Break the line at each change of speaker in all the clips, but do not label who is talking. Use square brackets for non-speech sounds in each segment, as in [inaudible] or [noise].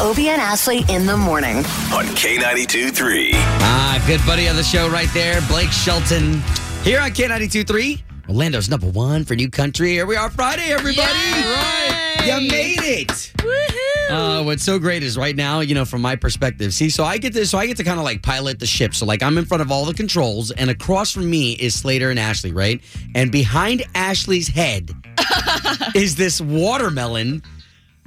Obie and Ashley in the morning.
on K92 3.
Ah, good buddy of the show right there, Blake Shelton. Here on K92.3, Orlando's number one for new country. Here we are Friday, everybody. You made it. Uh, what's so great is right now, you know, from my perspective. See, so I get this, so I get to kind of like pilot the ship. So like I'm in front of all the controls, and across from me is Slater and Ashley, right? And behind
[laughs]
Ashley's head is this watermelon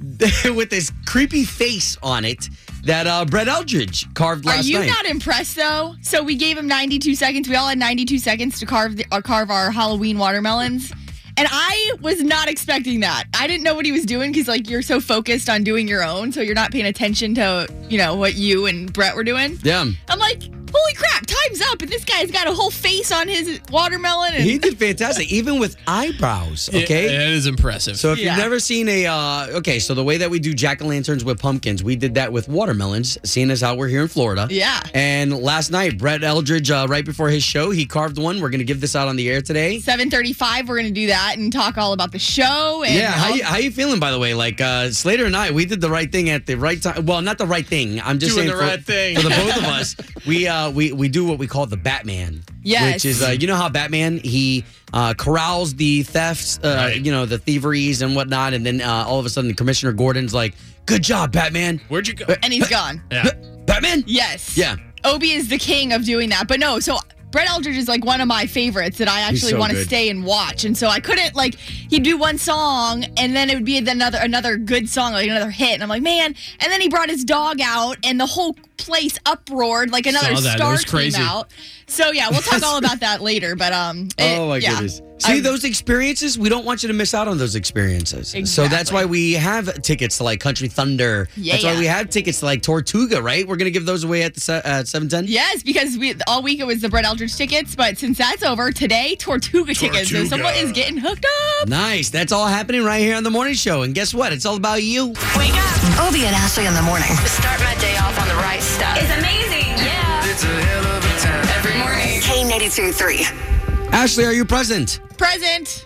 [laughs] with this creepy face on it that uh, Brett Eldridge carved
Are
last
you
night.
not impressed though? So we gave him 92 seconds. We all had 92 seconds to carve the, uh, carve our Halloween watermelons. And I was not expecting that. I didn't know what he was doing because like you're so focused on doing your own, so you're not paying attention to you know what you and Brett were doing.
yeah.
I'm like, holy crap, time's up, and this guy's got a whole face on his watermelon. And
He did fantastic, even with eyebrows. Okay.
that is impressive.
So if
Yeah.
you've never seen a uh, okay, so the way that we do jack o' lanterns with pumpkins, we did that with watermelons, seeing as how we're here in Florida.
Yeah.
And last night, Brett Eldridge, uh, right before his show, he carved one. We're gonna give this out on the air today.
7:35, we're gonna do that and talk all about the show. And
Yeah, how you, how you feeling by the way? Like uh, Slater and I, we did the right thing at the right time. Well, not the right thing. I'm just
Doing
saying
the
for,
right thing.
for the both of us. We uh, we we do what we call the Batman.
Yes.
which is uh, you know how Batman he uh, corrals the thefts, uh,
Right.
you know the thieveries and whatnot, and then uh, all of a sudden Commissioner Gordon's like, "Good job, Batman."
Where'd you go?
and he's
[laughs]
gone.
Yeah.
Batman.
Yes.
Yeah.
Obi is the king of doing that. But no, so Brett Eldridge is like one of my favorites that I actually
so
want to
good.
stay and watch. And so I couldn't like he'd do one song and then it would be another another good song, like another hit. And I'm like, man. And then he brought his dog out and the whole place uproared like another
Saw that. That
star
was crazy.
came out. So yeah, we'll
[laughs]
talk all about that later. But um it-
Oh my
yeah.
goodness. See
I'm-
those experiences, we don't want you to miss out on those experiences. So that's
Exactly.
why we have tickets to like Country Thunder. That's why
Yeah.
we have tickets to like Tortuga, right? We're gonna give those away at the se- at seven ten.
Yes, because we all week it was the Brett Eldridge tickets, but since that's over today, Tortuga, tickets. So someone is getting hooked up.
Nice. That's all happening right here on the morning show. And guess what? It's all about you.
Wake up.
Obie and Ashley in the morning.
Start my day off on the right stuff. It's amazing. Yeah. It's a hell of a time. Every morning.
K92 3.
Ashley, are you present?
Present.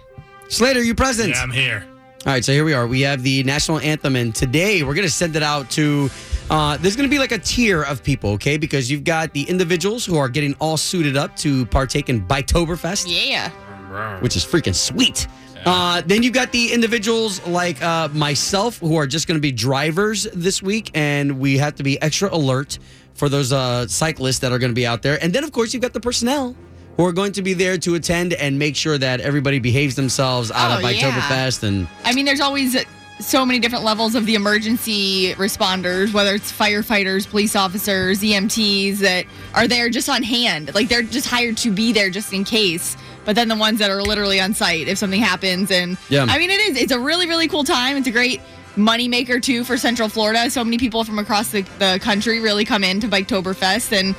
Slater, are you present?
Yeah, I'm here.
All right, so here we are. We have the national anthem, and today we're going to send it out to. Uh, there's going to be like a tier of people, okay? Because you've got the individuals who are getting all suited up to partake in Bitoberfest,
Yeah.
which is freaking sweet. Uh, then you've got the individuals like uh, myself who are just going to be drivers this week, and we have to be extra alert for those uh, cyclists that are going to be out there. And then, of course, you've got the personnel who are going to be there to attend and make sure that everybody behaves themselves out of
Oh, yeah.
Bitoberfest and.
I mean, there's always so many different levels of the emergency responders, whether it's firefighters, police officers, EMTs that are there just on hand. Like they're just hired to be there just in case. But then the ones that are literally on site if something happens. And
Yeah.
I mean, it is. It's a really, really cool time. It's a great moneymaker too for Central Florida. So many people from across the, the country really come in to Biketoberfest. And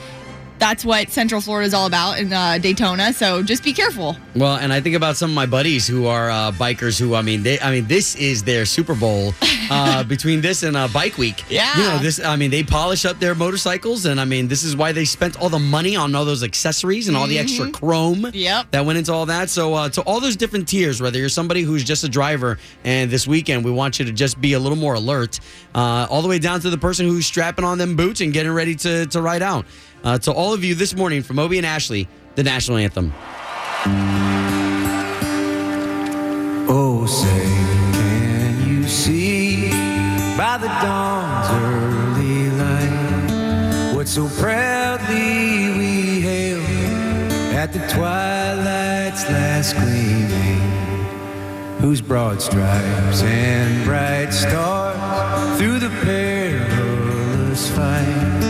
that's what Central Florida is all about in uh, Daytona. So just be careful.
Well, and I think about some of my buddies who are uh, bikers. Who I mean, they, I mean, this is their Super Bowl uh, between this and uh, Bike Week.
Yeah.
you know this. I mean, they polish up their motorcycles, and I mean, this is why they spent all the money on all those accessories and all the extra chrome.
Yep.
that went into all that. So uh, to all those different tiers, whether you're somebody who's just a driver, and this weekend we want you to just be a little more alert, uh, all the way down to the person who's strapping on them boots and getting ready to to ride out. Uh, to all of you this morning from Obie and Ashley, the national anthem.
Oh, say, can you see by the dawn's early light what so proudly we hail at the twilight's last gleaming? Whose broad stripes and bright stars through the perilous fight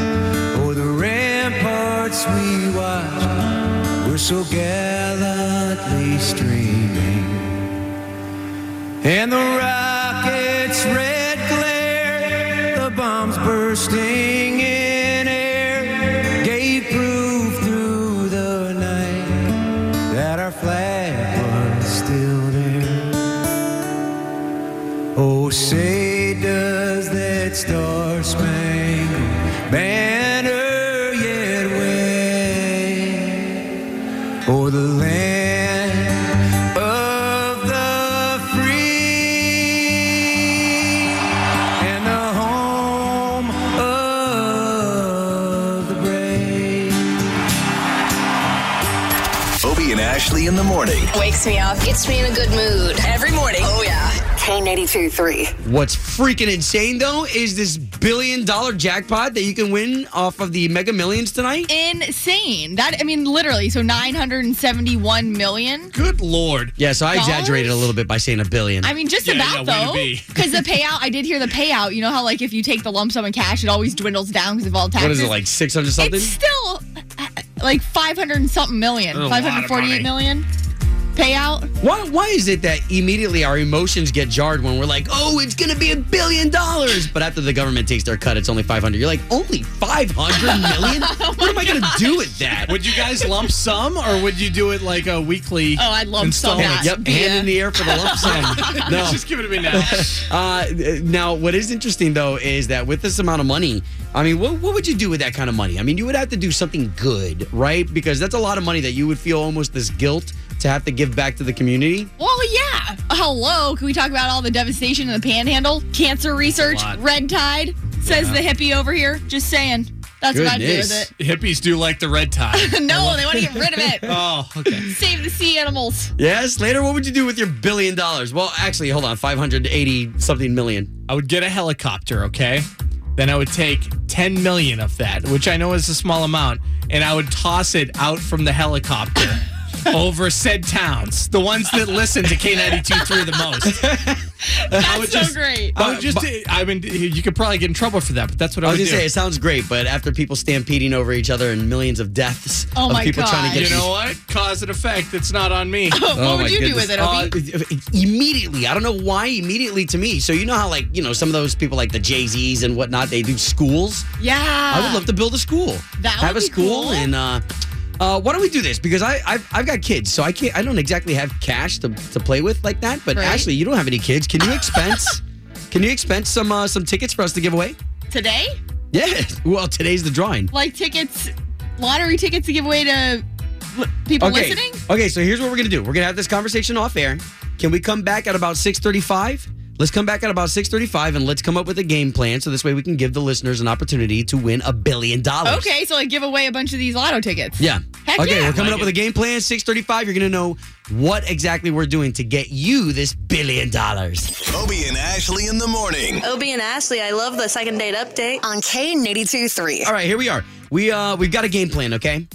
o'er the ramparts we watched were so gallantly streaming. And the rocket's red glare, the bombs bursting in air, gave proof through the night that our flag was still there. Oh, say does that star spangled banner yet wave? or the land of the free and the home
Ashley in the morning.
Wakes me up. Gets me in a good mood. Every morning. Oh, yeah.
K82 3.
What's freaking insane though is this billion dollar jackpot that you can win off of the Mega Millions tonight.
Insane. That I mean, literally. So 971 million.
Good lord.
Yeah, so I
Dollars?
exaggerated a little bit by saying a billion.
I mean, just
Yeah,
about
yeah, way to
though,
be.
[laughs] because the payout. I did hear the payout. You know how like if you take the lump sum in cash, it always dwindles down because of all taxes.
what is it like six hundred something?
It's still uh, like 500 and something million.
That's a lot of
548
money.
million payout.
Why, why is it that immediately our emotions get jarred when we're like, oh, it's going to be a billion dollars? But after the government takes their cut, it's only 500. You're like, only 500 million? what am I going to do with that?
Would you guys lump sum or would you do it like a weekly?
Oh, I'd lump sum
installment?
that.
Yep,
be
hand
a-
in the air for the lump
[laughs]
sum. No.
Just give it to me now.
Uh, now, what is interesting though is that with this amount of money, I mean, what, what would you do with that kind of money? I mean, you would have to do something good, right? Because that's a lot of money that you would feel almost this guilt to have to give back to the community.
Well, yeah. Hello. Can we talk about all the devastation in the panhandle? Cancer research,
lot.
red tide, says the hippie over here. Just saying. That's what I'd do
Goodness.
with
Hippies do like the red tie.
it. [laughs] no, they want to get rid of it.
[laughs] Oh, okay.
Save the sea
[laughs]
animals.
Yes, later, what would you do with your billion dollars? Well, actually, hold on, 580 something million.
I would get a helicopter, okay? Then I would take 10 million of that, which I know is a small amount, and I would toss it out from the [laughs] helicopter over said towns, the ones that listen to [laughs] K92 through the most. I would
That's so
just-
great.
Oh
I would just, I mean, you could probably get in trouble for that, but that's what I,
I was
would
gonna
do.
say it sounds great, but after people stampeding over each other and millions of deaths
Oh
of
my
people trying to
God.
get
you know what? Cause and effect. It's not on me.
[laughs] what
Oh, my
would you
goodness.
do with it, Obi?
Uh, immediately. I don't know why immediately to me. So you know how like, you know, some of those people like the Jay-Z's and whatnot, they do schools.
yeah.
I would love to build a school.
Uh, That would
have a
be
school
cool.
and uh uh, why don't we do this? Because I, I've, I've got kids, so I can't. I don't exactly have cash to, to play with like that. But
Right.
Ashley, you don't have any
[laughs]
kids. Can you expense? can you expense some uh, some tickets for us to give away?
Today?
Yeah. [laughs] Well, today's the drawing.
Like tickets, lottery tickets to give away to li- people
Okay.
listening?
Okay, so here's what we're gonna do. We're gonna have this conversation off air. Can we come back at about 6:35? Let's come back at about 6:35 and let's come up with a game plan so this way we can give the listeners an opportunity to win a billion dollars.
Okay, so like give away a bunch of these lotto tickets.
Yeah.
Heck
okay,
yeah.
we're coming
Like
up
it.
with a game plan. 6:35. You're gonna know what exactly we're doing to get you this billion dollars.
Obie and Ashley in the morning.
Obie and Ashley, I love the second date update.
On K82 3.
All right, here we are. We uh we've got a game plan. Okay.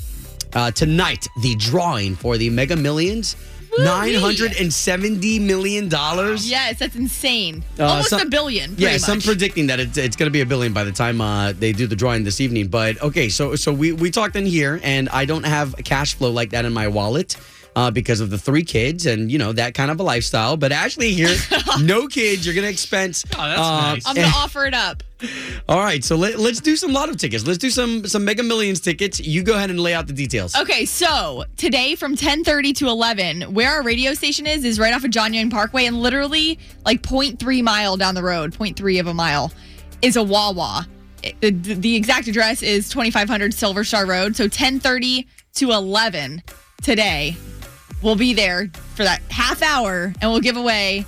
Uh, tonight, the drawing for the Mega Millions, nine hundred and seventy million dollars.
Yes, that's insane.
Uh,
Almost
some-
a billion.
Yeah,
pretty
some
much.
predicting that it's, it's going to be a billion by the time uh, they do the drawing this evening. But okay, so so we we talked in here, and I don't have a cash flow like that in my wallet. Uh, because of the three kids and you know that kind of a lifestyle, but actually
[laughs]
here, no kids. You're gonna expense. uh, eh,
Oh, that's
[laughs]
nice.
I'm gonna offer it up.
All right, so let, let's do some lotto tickets. Let's do some some Mega Millions tickets. You go ahead and lay out the details.
Oh.
Okay, so today from 10:30 to 11, where our radio station is is right off of John Young Parkway, and literally like 0.3 mile down the road, 0.3 of a mile, is a Wawa. It- The, the exact address is 2500 Silver Star Road. So 10:30 to 11 today, we'll be there for that half hour, and we'll give away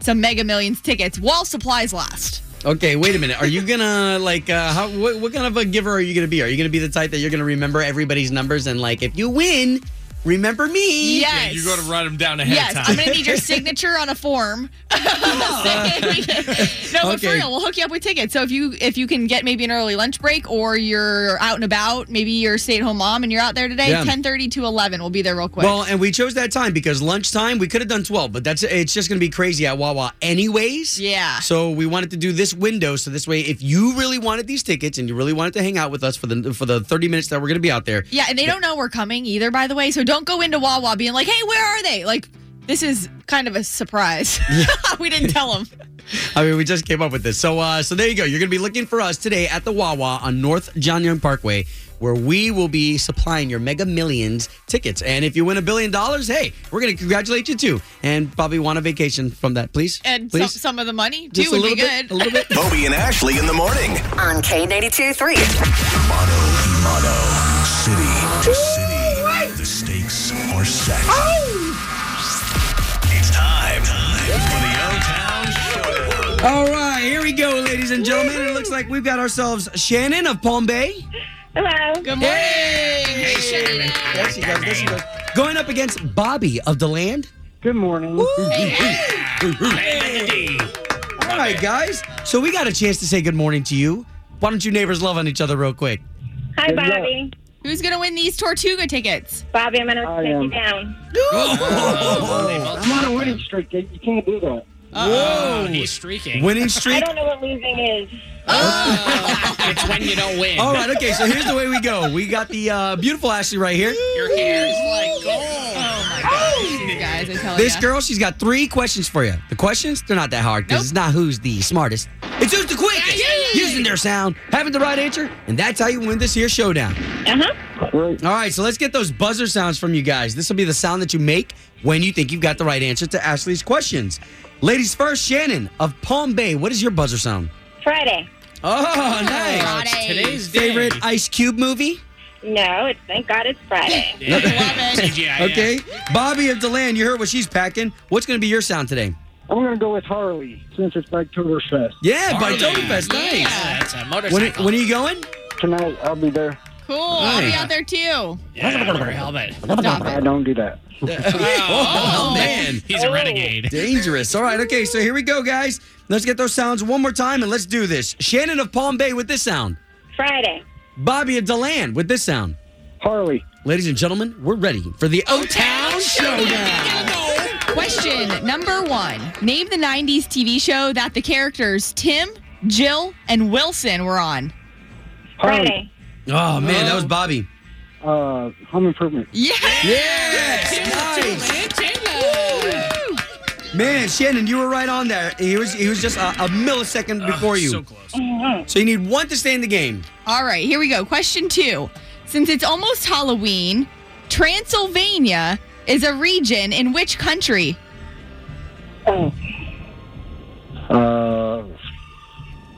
some Mega Millions tickets while supplies last.
Okay, wait a minute. Are you gonna like uh, how what, what kind of a giver are you gonna be? Are you gonna be the type that you're gonna remember everybody's numbers and like if you win, remember me?
Yes.
Yeah, you got to write them down ahead
Yes,
of time.
I'm gonna need your signature on a
[laughs]
form. no, but
Okay.
for real, we'll hook you up with tickets. So if you if you can get maybe an early lunch break or you're out and about, maybe you're a stay at home mom and you're out there today,
Yeah.
10:30 to 11, we'll be there real quick.
Well, and we chose that time because lunchtime we could have done twelve, but that's it's just gonna be crazy at Wawa anyways.
Yeah.
So we wanted to do this window, so this way, if you really wanted these tickets and you really wanted to hang out with us for the for the thirty minutes that we're gonna be out there,
yeah, and they don't know we're coming either, by the way. So don't go into Wawa being like, "Hey, where are they?" Like. This is kind of a surprise. [laughs] we didn't tell them.
I mean, we just came up with this. So, uh, so there you go. You're going to be looking for us today at the Wawa on North John Young Parkway, where we will be supplying your Mega Millions tickets. And if you win a billion dollars, hey, we're going to congratulate you too, and probably want a vacation from that, please.
And some,
please,
some of the money, too,
Just a
would be
little
good.
bit, a little bit.
Obie and Ashley in the morning.
On K82 3.
City to city. The stakes are set. It's time for the O Town Showdown.
All right, here we go, ladies and gentlemen. It looks like we've got ourselves Shannon of Palm Bay.
Hello.
Good morning.
There she goes. There she goes. Going up against Bobby of the land.
Good morning.
All right, guys. So we got a chance to say good morning to you. Why don't you neighbors love on each other real quick?
Hi,
luck.
Bobby.
Who's gonna win these Tortuga tickets?
Bobby, I'm going to
I
take you
am.
down.
I'm on a winning streak. You you can't do that.
Whoa, he's streaking.
Winning
I
streak.
don't know what losing is.
it's when you don't win.
All right, okay. So here's the way we go. We got the uh, beautiful Ashley right here.
Your hair is like gold.
You guys, I tell
This
ya.
girl, she's got three questions for you. The questions, they're not that hard because
Nope.
it's not who's the smartest. It's who's the quickest,
Yeah, yeah, yeah, yeah.
using their sound, having the right answer, and that's how you win this here showdown.
Uh-huh.
Great.
All right, so let's get those buzzer sounds from you guys. This will be the sound that you make when you think you've got the right answer to Ashley's questions. Ladies first, Shannon of Palm Bay, what is your buzzer sound?
Friday.
Oh, nice.
Friday.
Today's day.
Favorite Ice Cube movie?
No, it's Oh, thank God it's Friday.
[laughs] Yeah.
Love it.
CGI,
Okay. Bobby of Deland, you heard what she's packing. What's going to be your sound today?
I'm going to go with Harley since it's Oktoberfest.
Yeah, by
Harley.
Doberfest. Nice.
Yeah, that's a
When,
motorcycle.
when are you going?
Tonight, I'll be there.
Cool. I'll be
Nice.
out there too.
yeah, wear a helmet.
Stop
I
it.
don't do that.
Oh, man.
He's a renegade.
Dangerous. All right, okay, so here we go, guys. Let's get those sounds one more time and let's do this. Shannon of Palm Bay with this sound.
Friday.
Bobby of Deland with this sound.
Harley.
Ladies and gentlemen, we're ready for the O Town Showdown.
Question number one: Name the '90s TV show that the characters Tim, Jill, and Wilson were on.
Friday.
Oh, man, that was Bobby.
Uh, home improvement.
Yeah.
Yes! Nice. Man, Shannon, you were right on there. He was, he was just a, a millisecond before you.
So close.
So you need one to stay in the game.
All right, here we go. Question two. Since it's almost Halloween, Transylvania is a region in which country?
Uh,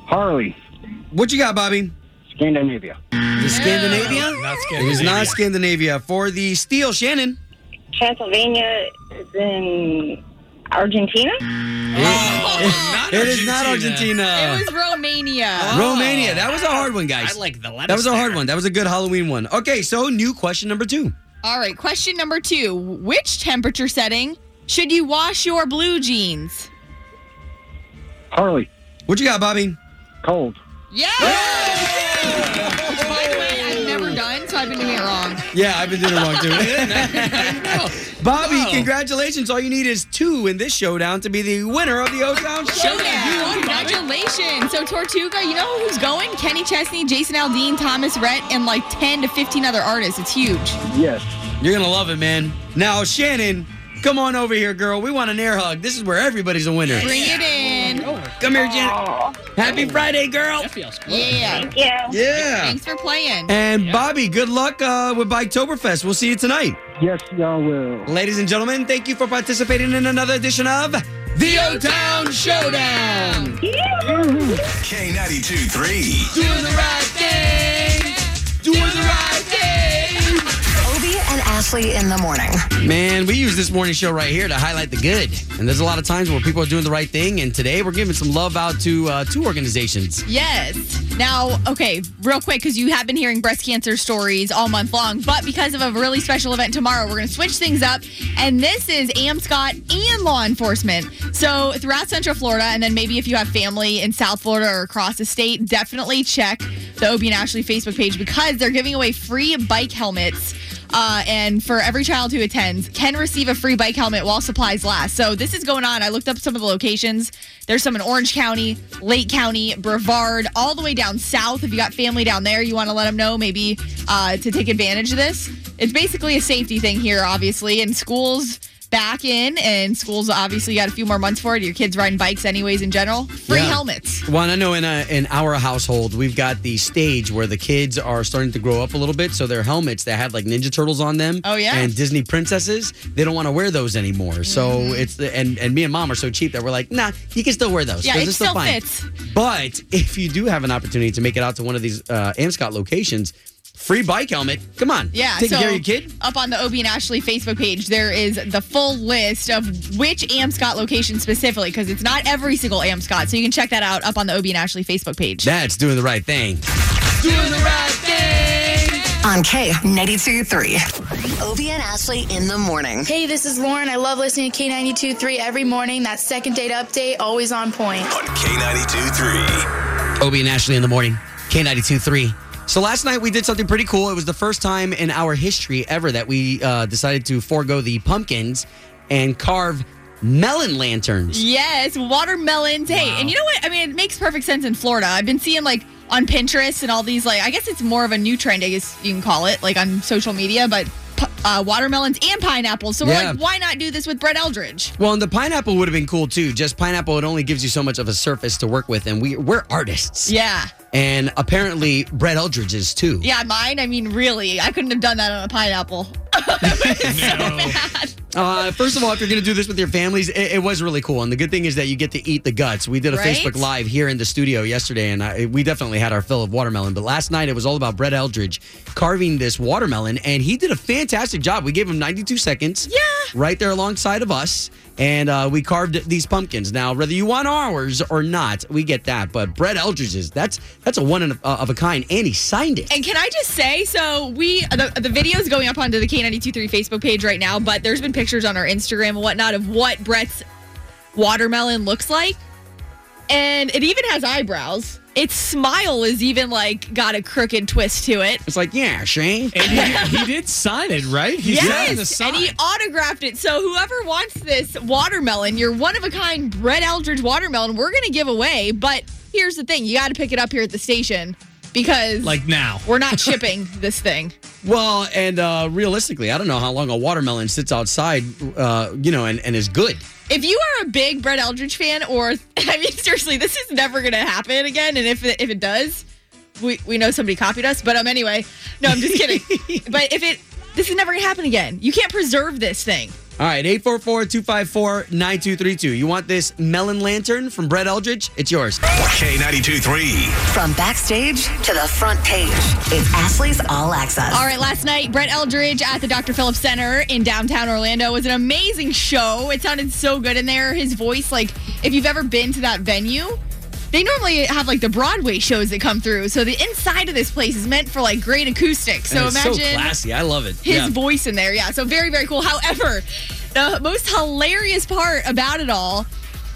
Harley.
What you got, Bobby?
Scandinavia.
The Scandinavia?
Not
It
Scandinavia.
was not Scandinavia. For the steel, Shannon.
Transylvania is in Argentina.
Not
It is not Argentina.
Oh, [laughs]
Oh.
it was Romania.
Romania. That was a hard one, guys.
I like the lettuce.
that was a hard
there.
one. That was a good Halloween one. Okay, so new question number two.
All right, question number two. Which temperature setting should you wash your blue jeans?
Harley.
What you got, Bobby?
Cold.
Yeah! Which, by the way, I've never done, so I've been doing it wrong.
Yeah, I've been doing it wrong [laughs] too. Bobby, congratulations. All you need is two in this showdown to be the winner of the O Town
Showdown.
Showdown.
Congratulations. So, Tortuga, you know who's going? Kenny Chesney, Jason Aldean, Thomas Rhett, and like 10 to 15 other artists. It's huge.
Yes.
You're gonna love it, man. Now, Shannon, come on over here, girl. We want an air hug. This is where everybody's a winner.
Bring it in.
Come here, Janet. Happy Friday, girl.
Yeah.
Yeah.
Yeah.
Thanks for playing.
And Bobby, good luck uh, with Biketoberfest. We'll see you tonight.
Yes, y'all will.
Ladies and gentlemen, thank you for participating in another edition of The O Town Showdown.
K92 3.
Doing the right thing. Doing the right thing.
Obie and Ashley in the morning.
Man, we use this morning show right here to highlight the good. And there's a lot of times where people are doing the right thing. And today we're giving some love out to uh, two organizations.
Yes. Now, okay, real quick, because you have been hearing breast cancer stories all month long, but because of a really special event tomorrow, we're going to switch things up. And this is Am Scott and law enforcement. So, throughout Central Florida, and then maybe if you have family in South Florida or across the state, definitely check the Obie and Ashley Facebook page because they're giving away free bike helmets uh, and for every child who attends can receive a free bike helmet while supplies last. So this is going on. I looked up some of the locations. There's some in Orange County, Lake County, Brevard, all the way down south. If you got family down there, you want to let them know maybe uh, to take advantage of this. It's basically a safety thing here, obviously, and schools back in and schools obviously got a few more months for it your kids riding bikes anyways in general free
Yeah.
helmets
Well, and I know in, uh in our household, we've got the stage where the kids are starting to grow up a little bit. So their helmets that have like Ninja Turtles on them.
Oh, yeah.
And Disney princesses, they don't want to wear those anymore. So
Mm-hmm.
it's, the, and, and me and mom are so cheap that we're like, nah, you can still wear those.
Yeah,
'cause
it
they're
still
fine.
fits.
But if you do have an opportunity to make it out to one of these uh, Amscot locations, free bike helmet. Come on.
Yeah,
Take
so
care of your kid.
Up on the Obie and Ashley Facebook page, there is the full list of which Amscot location specifically, because it's not every single Amscot. So you can check that out up on the Obie and Ashley Facebook page.
That's doing the right thing. Doing the right thing.
on K92.3. Obie and Ashley in the morning.
Hey, this is Lauren. I love listening to K92.3 every morning. That second date update, always on point.
K92
Obie and Ashley in the morning, K92 3. So last night we did something pretty cool. It was the first time in our history ever that we uh, decided to forego the pumpkins and carve melon lanterns.
Yes, watermelons. Hey, and you know what? I mean, it makes perfect sense in Florida. I've been seeing like on Pinterest and all these like I guess it's more of a new trend. I guess you can call it like on social media, but pu- uh, watermelons and pineapples. So
Yeah.
we're like, why not do this with Brett Eldridge?
Well, and the pineapple would have been cool too. Just pineapple, it only gives you so much of a surface to work with, and we we're artists.
Yeah.
And apparently, Brett Eldridge is too.
Yeah, mine. I mean, really, I couldn't have done that on a
[laughs]
pineapple. [laughs]
Uh, first of all, if you're going to do this with your families, it, it was really cool. And the good thing is that you get to eat the guts. We did a
Right?
Facebook Live here in the studio yesterday, and I, we definitely had our fill of watermelon. But last night, it was all about Brett Eldridge carving this watermelon, and he did a fantastic job. We gave him 92 seconds. Yeah. Right there alongside of us. And uh, we carved these pumpkins. Now, whether you want ours or not, we get that. But Brett Eldridge's, that's that's a one in a, of a kind. And he signed it.
And can I just say, so we the, the video is going up onto the K923 Facebook page right now, but there's been pictures on our Instagram and whatnot of what Brett's watermelon looks like, and it even has eyebrows. Its smile is even like got a crooked twist to it.
It's like, yeah, Shane.
And he, he did sign it, right? He signed the
yes,
sign.
and he autographed it. So whoever wants this watermelon, your one of a kind Brett Eldridge watermelon, we're gonna give away. But here's the thing: you got to pick it up here at the station because
like now.
we're not shipping this thing.
Well, and uh, realistically, I don't know how long a watermelon sits outside, uh, you know, and, and is good.
If you are a big Brett Eldridge fan, or [laughs] I mean, seriously, this is never going to happen again. And if it, if it does, we we know somebody copied us. But um, anyway, no, I'm just
[laughs]
kidding. but if it, this is never going to happen again. You can't preserve this thing.
All right, 844 254 9232. You want this melon lantern from Brett Eldridge? It's yours.
K92 3.
From backstage to the front page, it's Ashley's All Access.
All right, last night, Brett Eldridge at the Dr. Phillips Center in downtown Orlando was an amazing show. It sounded so good in there. His voice, like, if you've ever been to that venue, they normally have like the Broadway shows that come through. So the inside of this place is meant for like great acoustics. So
And it's
imagine
so classy. I love it.
his
yeah.
voice in there. Yeah, so very, very cool. However, the most hilarious part about it all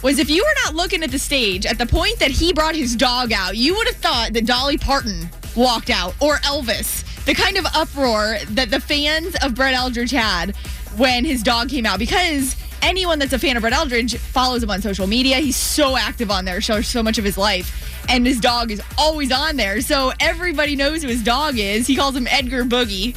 was if you were not looking at the stage at the point that he brought his dog out, you would have thought that Dolly Parton walked out or Elvis. The kind of uproar that the fans of Brett Eldridge had when his dog came out because anyone that's a fan of Brett Eldridge follows him on social media. He's so active on there, shows so much of his life. And his dog is always on there. So everybody knows who his dog is. He calls him Edgar Boogie.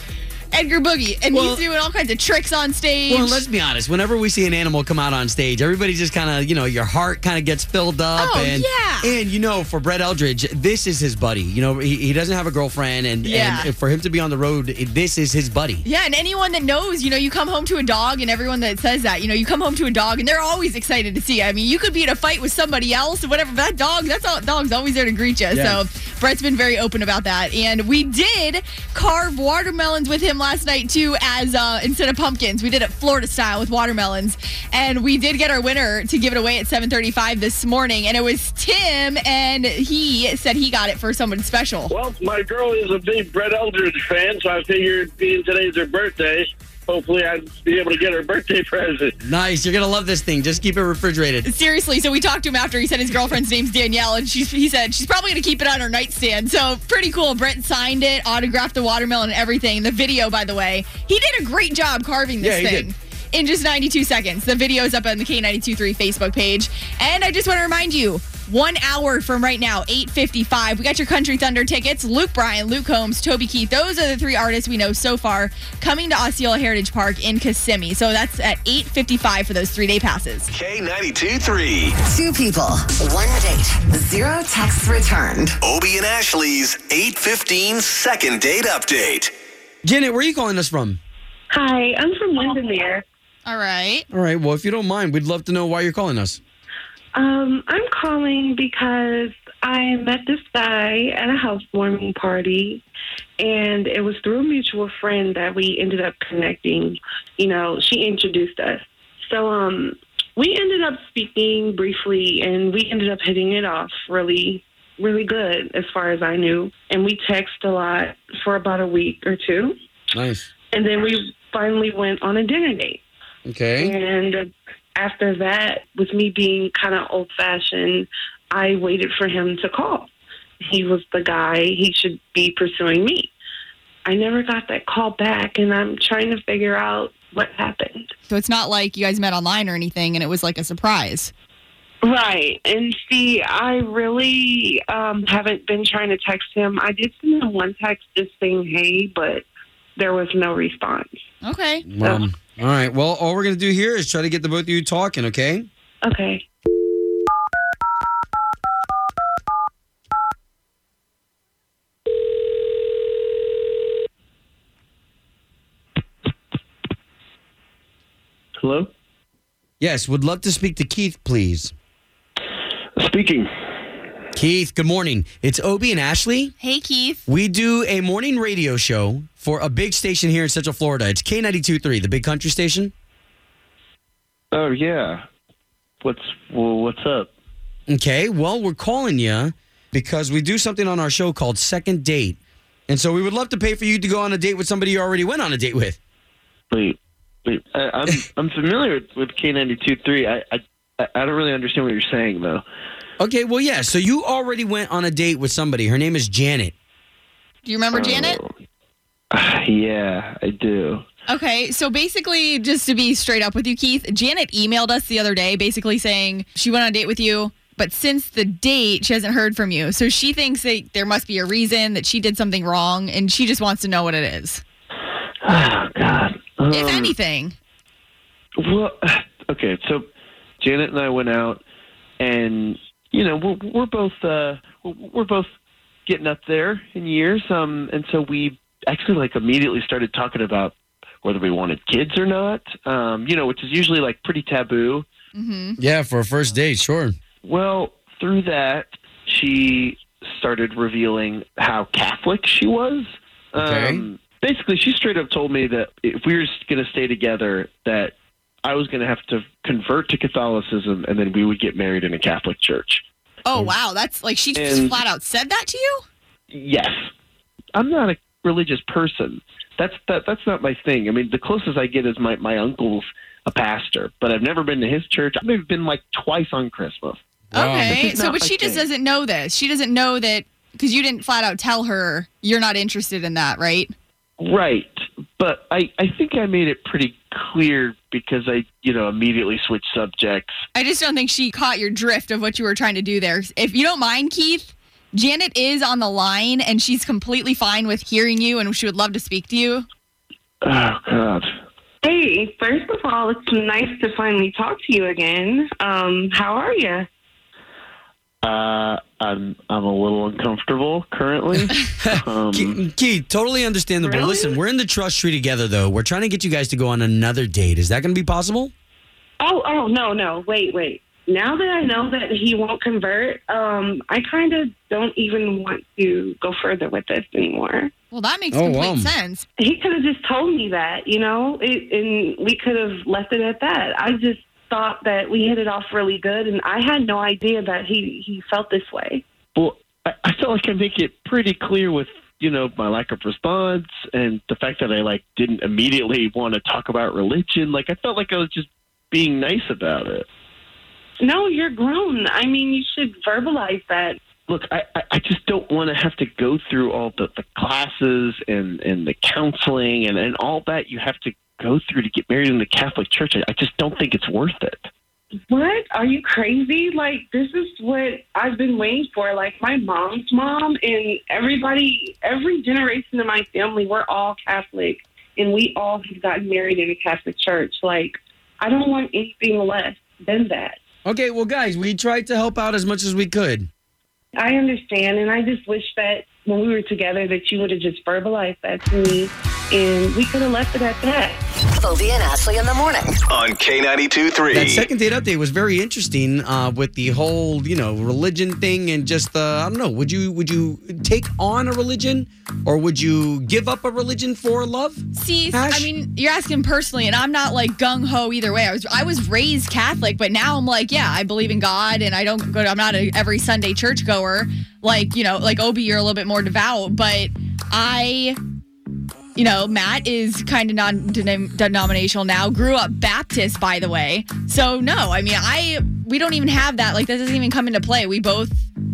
Edgar Boogie. And
Well-
he's doing all kinds of tricks on stage.
Well, let's be honest. Whenever we see an animal come out on stage, everybody just kind of, you know, your heart kind of gets filled up.
Oh,
and,
yeah.
And, you know, for Brett Eldridge, this is his buddy. You know, he, he doesn't have a girlfriend. And,
Yeah.
and for him to be on the road, this is his buddy.
yeah, and anyone that knows, you know, you come home to a dog, and everyone that says that, you know, you come home to a dog, and they're always excited to see. you. I mean, you could be in a fight with somebody else or whatever. But that dog, that's all. Dog's always there to greet you.
Yeah.
So Brett's been very open about that, and we did carve watermelons with him last night too, as uh, instead of pumpkins, we did it Florida style with watermelons, and we did get our winner to give it away at 7:35 this morning, and it was Tim, and he said he got it for someone special.
Well, my girl is a big Brett Eldridge fan, so I figured being today's her birthday, hopefully I'd be able to get her birthday [laughs] present.
Nice. You're going to love this thing. Just keep it refrigerated.
Seriously, so we talked to him after he said his girlfriend's [laughs] name's Danielle, and she, he said she's probably going to keep it on her nightstand. So pretty cool. Brent signed it, autographed the watermelon and everything. The video, by the way, he did a great job carving this
Yeah, he
thing.
did.
In just 92 seconds. The video is up on the K923 Facebook page. And I just want to remind you, one hour from right now, 8.55, we got your Country Thunder tickets. Luke Bryan, Luke Combs, Toby Keith. Those are the three artists we know so far coming to Osceola Heritage Park in Kissimmee. So that's at 8.55 for those three-day passes.
K92 3.
Two people, one date, zero texts returned.
Obie and Ashley's 815 second date update.
Janet, where are you calling us from?
Hi, I'm from Windermere.
All right.
All right. Well, if you don't mind, we'd love to know why you're calling us.
Um, I'm calling because I met this guy at a housewarming party, and it was through a mutual friend that we ended up connecting. You know, she introduced us. So, um, we ended up speaking briefly, and we ended up hitting it off really really good as far as I knew. And we texted a lot for about a week or two.
Nice.
And then we finally went on a dinner date.
Okay.
And after that, with me being kind of old fashioned, I waited for him to call. He was the guy, he should be pursuing me. I never got that call back, and I'm trying to figure out what happened.
So it's not like you guys met online or anything and it was like a surprise.
Right. And see, I really um, haven't been trying to text him. I did send him one text just saying, hey, but there was no response.
Okay.
Um, all right. Well, all we're gonna do here is try to get the both of you talking. Okay.
Okay.
Hello?
Yes. Would love to speak to Keith, please.
Speaking.
Keith. Good morning. It's Obie and Ashley.
Hey, Keith.
We do a morning radio show for a big station here in Central Florida. It's K92.3, the big country station.
Oh yeah. What's well, what's up?
Okay, well, we're calling you because we do something on our show called Second Date. And so we would love to pay for you to go on a date with somebody you already went on a date with.
Wait, wait. I, I'm I'm familiar with, with K ninety two three. I I I don't really understand what you're saying though.
Okay, well, yeah, so you already went on a date with somebody. Her name is Janet.
Do you remember Janet?
[sighs] Yeah, I do. [sighs]
Okay, so basically, just to be straight up with you, Keith, Janet emailed us the other day basically saying she went on a date with you, but since the date, she hasn't heard from you. So she thinks that there must be a reason that she did something wrong, and she just wants to know what it is.
Oh God. Um,
if anything.
Well, [sighs] okay. So Janet and I went out, and you know we're, we're both uh, we're both getting up there in years. Um, and so we actually like immediately started talking about whether we wanted kids or not. Um, you know, which is usually like pretty taboo.
Mm-hmm.
Yeah, for a first date, sure.
Well, through that, she started revealing how Catholic she was. Um, basically, she straight up told me that if we were going to stay together, that I was going to have to convert to Catholicism, and then we would get married in a Catholic church.
Oh, wow. That's like she just
And-
flat out said that to you?
Yes, I'm not a religious person. That's that, that's not my thing. I mean, the closest I get is my my uncle's a pastor, but I've never been to his church. I've maybe been like twice on Christmas. This
Okay.
is
So,
not
but
my
she just
thing.
doesn't know this. She doesn't know that because you didn't flat out tell her you're not interested in that, right?
Right. But I, I think I made it pretty clear because I, you know, immediately switched subjects.
I just don't think she caught your drift of what you were trying to do there. If you don't mind, Keith, Janet is on the line and she's completely fine with hearing you and she would love to speak to you.
Oh, God.
Hey, first of all, it's nice to finally talk to you again. Um, how are you?
Uh, I'm I'm a little uncomfortable currently. [laughs] um,
Keith, totally understandable. Listen, we're in the trust tree together, though. We're trying to get you guys to go on another date. Is that going to be possible?
[laughs] Oh, oh, no, no. Wait, wait. Now that I know that he won't convert, um, I kind of don't even want to go further with this anymore.
Well, that makes
Oh,
complete
um,
wow.
sense.
He could have just told me that, you know, it, and we could have left it at that. I just thought that we hit it off really good, and I had no idea that he, he felt this way.
well, I, I feel like I make it pretty clear with you know my lack of response and the fact that I like didn't immediately want to talk about religion. Like I felt like I was just being nice about it.
No, you're grown. I mean, you should verbalize that.
look, I, I- I just don't want to have to go through all the, the classes and, and the counseling and, and all that you have to go through to get married in the Catholic Church. I, I just don't think it's worth it.
What? Are you crazy? Like, this is what I've been waiting for. Like, my mom's mom and everybody, every generation of my family, we're all Catholic, and we all have gotten married in a Catholic church. Like, I don't want anything less than that.
Okay, well, guys, we tried to help out as much as we could.
I understand, and I just wish that when we were together that you would have just verbalized that to me and we could have left it at that.
Bovie and Ashley in the morning.
On K92
That
3.
second date update was very interesting uh, with the whole, you know, religion thing and just the I don't know. Would you would you take on a religion or would you give up a religion for love?
See, I mean, you're asking personally, and I'm not like gung ho either way. I was I was raised Catholic, but now I'm like, yeah, I believe in God, and I don't go. To, I'm not a every Sunday church goer. Like you know, like Obi, you're a little bit more devout, but I. You know, Matt is kind of non denominational now. Grew up Baptist, by the way. So no, I mean, I we don't even have that. Like that doesn't even come into play. We both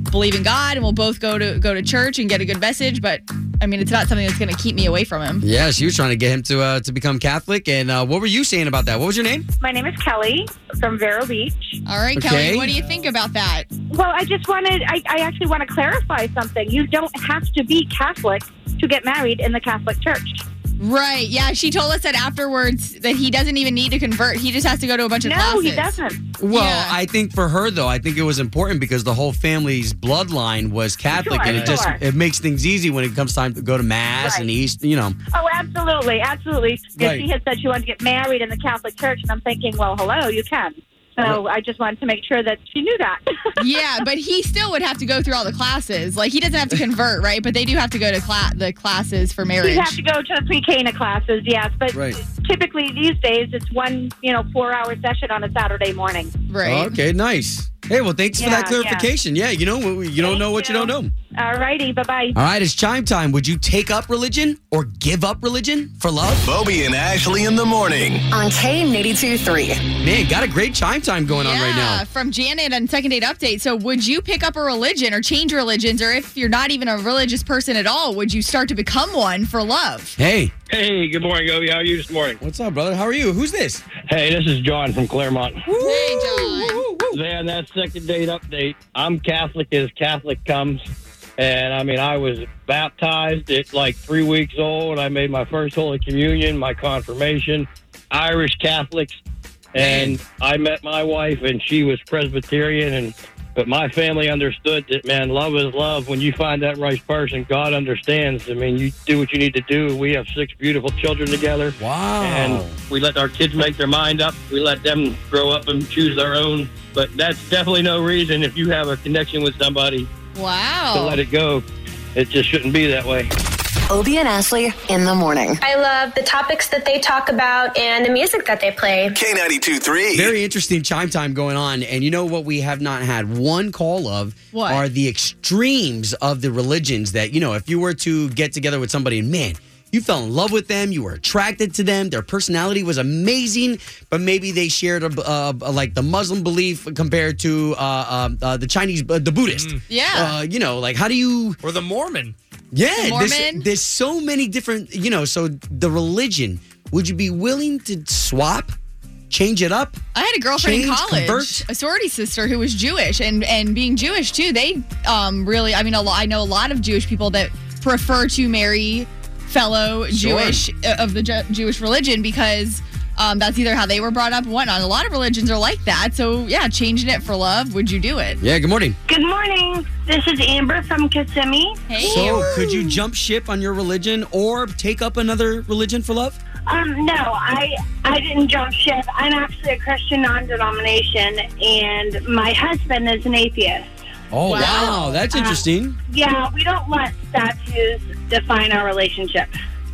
believe in God, and we'll both go to go to church and get a good message. But I mean, it's not something that's going to keep me away from him.
Yeah, she was trying to get him to uh, to become Catholic. And uh, what were you saying about that? What was your name?
My name is Kelly from Vero Beach.
All right,
Okay.
Kelly, what do you think about that?
Well, I just wanted, I, I actually want to clarify something. You don't have to be Catholic to get married in the Catholic Church.
Right. Yeah, she told us that afterwards that he doesn't even need to convert. He just has to go to a bunch of
No,
classes.
he doesn't.
Well, I think for her though, I think it was important because the whole family's bloodline was Catholic,
Sure,
and it just
sure.
it makes things easy when it comes time to go to mass
Right.
and East. You know,
Oh, absolutely, absolutely. Because
Right.
she had said she wanted to get married in the Catholic Church, and I'm thinking, well, hello, you can. So I just wanted to make sure that she knew that. [laughs]
yeah, but he still would have to go through all the classes. Like he doesn't have to convert, right? But they do have to go to cla- the classes for marriage.
You have to go to the pre-Cana classes, yes. But
Right.
typically these days, it's one, you know, four-hour session on a Saturday morning.
Okay, nice. Hey, well, thanks for
Yeah,
that
yeah.
clarification. Yeah, you know, you don't know what you don't know.
All righty, bye-bye.
All right, it's chime time. Would you take up religion or give up religion for love?
Bobby and Ashley in the morning.
On K82 3.
Man, got a great chime time going on right
Yeah,
now.
from Janet on second date update. So, would you pick up a religion or change religions, or if you're not even a religious person at all, would you start to become one for love?
Hey.
Hey, good morning, Obi. How are you this morning?
What's up, brother? How are you? Who's this?
Hey, this is John from Claremont.
Hey, John.
Man, that second date update. I'm Catholic as Catholic comes. And I mean, I was baptized at like three weeks old. I made my first Holy Communion, my confirmation, Irish Catholics. And I met my wife, and she was Presbyterian. And but my family understood that, man, love is love. When you find that right person, God understands. I mean, you do what you need to do. We have six beautiful children together.
Wow.
And we let our kids make their mind up. We let them grow up and choose their own. But that's definitely no reason if you have a connection with somebody to
Wow.
let it go. It just shouldn't be that way.
Obie and Ashley in the morning.
I love the topics that they talk about and the music that they play.
K92 3.
Very interesting chime time going on. And you know what we have not had one call of
What?
are the extremes of the religions that, you know, if you were to get together with somebody and man, you fell in love with them, you were attracted to them, their personality was amazing, but maybe they shared a, uh, like the Muslim belief compared to uh, um, uh, the Chinese, uh, the Buddhist.
Yeah.
Uh, you know, like how do you.
Or the Mormon.
Yeah, there's,
Mormon.
there's so many different, you know, so the religion, would you be willing to swap, change it up?
I had a girlfriend in
Change,
college,
convert.
a sorority sister who was Jewish, and and being Jewish too, they um really, I mean, a lo- I know a lot of Jewish people that prefer to marry fellow
Sure.
Jewish uh, of the Ju- Jewish religion because um, that's either how they were brought up, and whatnot. A lot of religions are like that, so yeah, changing it for love, would you do it?
Yeah, good morning.
Good morning. This is Amber from Kissimmee.
So, could you jump ship on your religion or take up another religion for love?
Um, no, I I didn't jump ship. I'm actually a Christian non-denomination, and my husband is an atheist.
Oh, wow.
Wow.
That's
Uh,
interesting.
Yeah, we don't let statues define our relationship.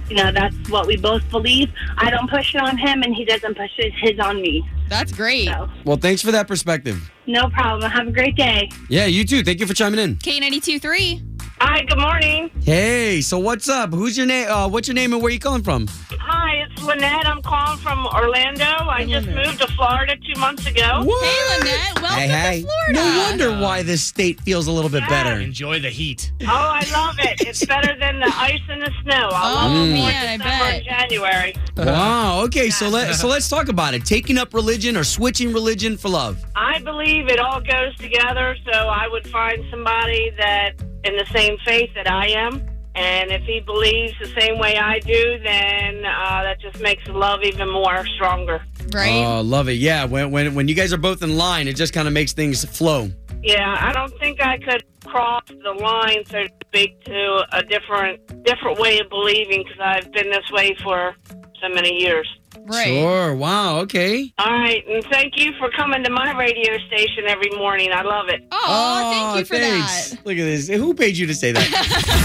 You know, that's what we both believe. I don't push it on him, and he doesn't push his his on me.
That's great.
Well, thanks for that perspective.
No problem. Have a great day.
Yeah, you too. Thank you for chiming in.
K ninety two three.
Hi. Good morning.
Hey, so what's up? Who's your name? Uh, what's your name and where you calling from?
Hi, it's Lynette. I'm calling from Orlando. I just moved to Florida two months ago.
Oh,
[gasps]
Hey, Lynette. Welcome
hey, hey. No wonder why this state feels a little bit better.
Enjoy the heat.
Oh, I love it. It's better than the ice and the snow. I
Oh,
love it more
man,
I
December and January.
Wow. Okay, so let so let's talk about it. Taking up religion or switching religion for love.
I believe it all goes together, so I would find somebody that in the same faith that I am. And if he believes the same way I do, then uh, that just makes the love even more stronger.
Oh, love it. Yeah, when when when you guys are both in line, it just kind of makes things flow.
Yeah, I don't think I could cross the line, so to speak to a different different way of believing because I've been this way for so many years.
Sure. Wow. Okay.
All right, and thank you for coming to my radio station every morning. I love it.
Oh,
thanks. Look at this. Who paid you to say that?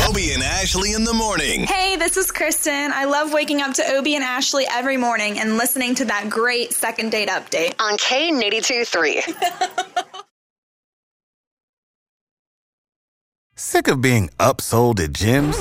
Obie and Ashley in the morning.
Hey, this is Kristen. I love waking up to Obie and Ashley every morning and listening to that great second date update on K82 3.
Sick of being upsold at gyms?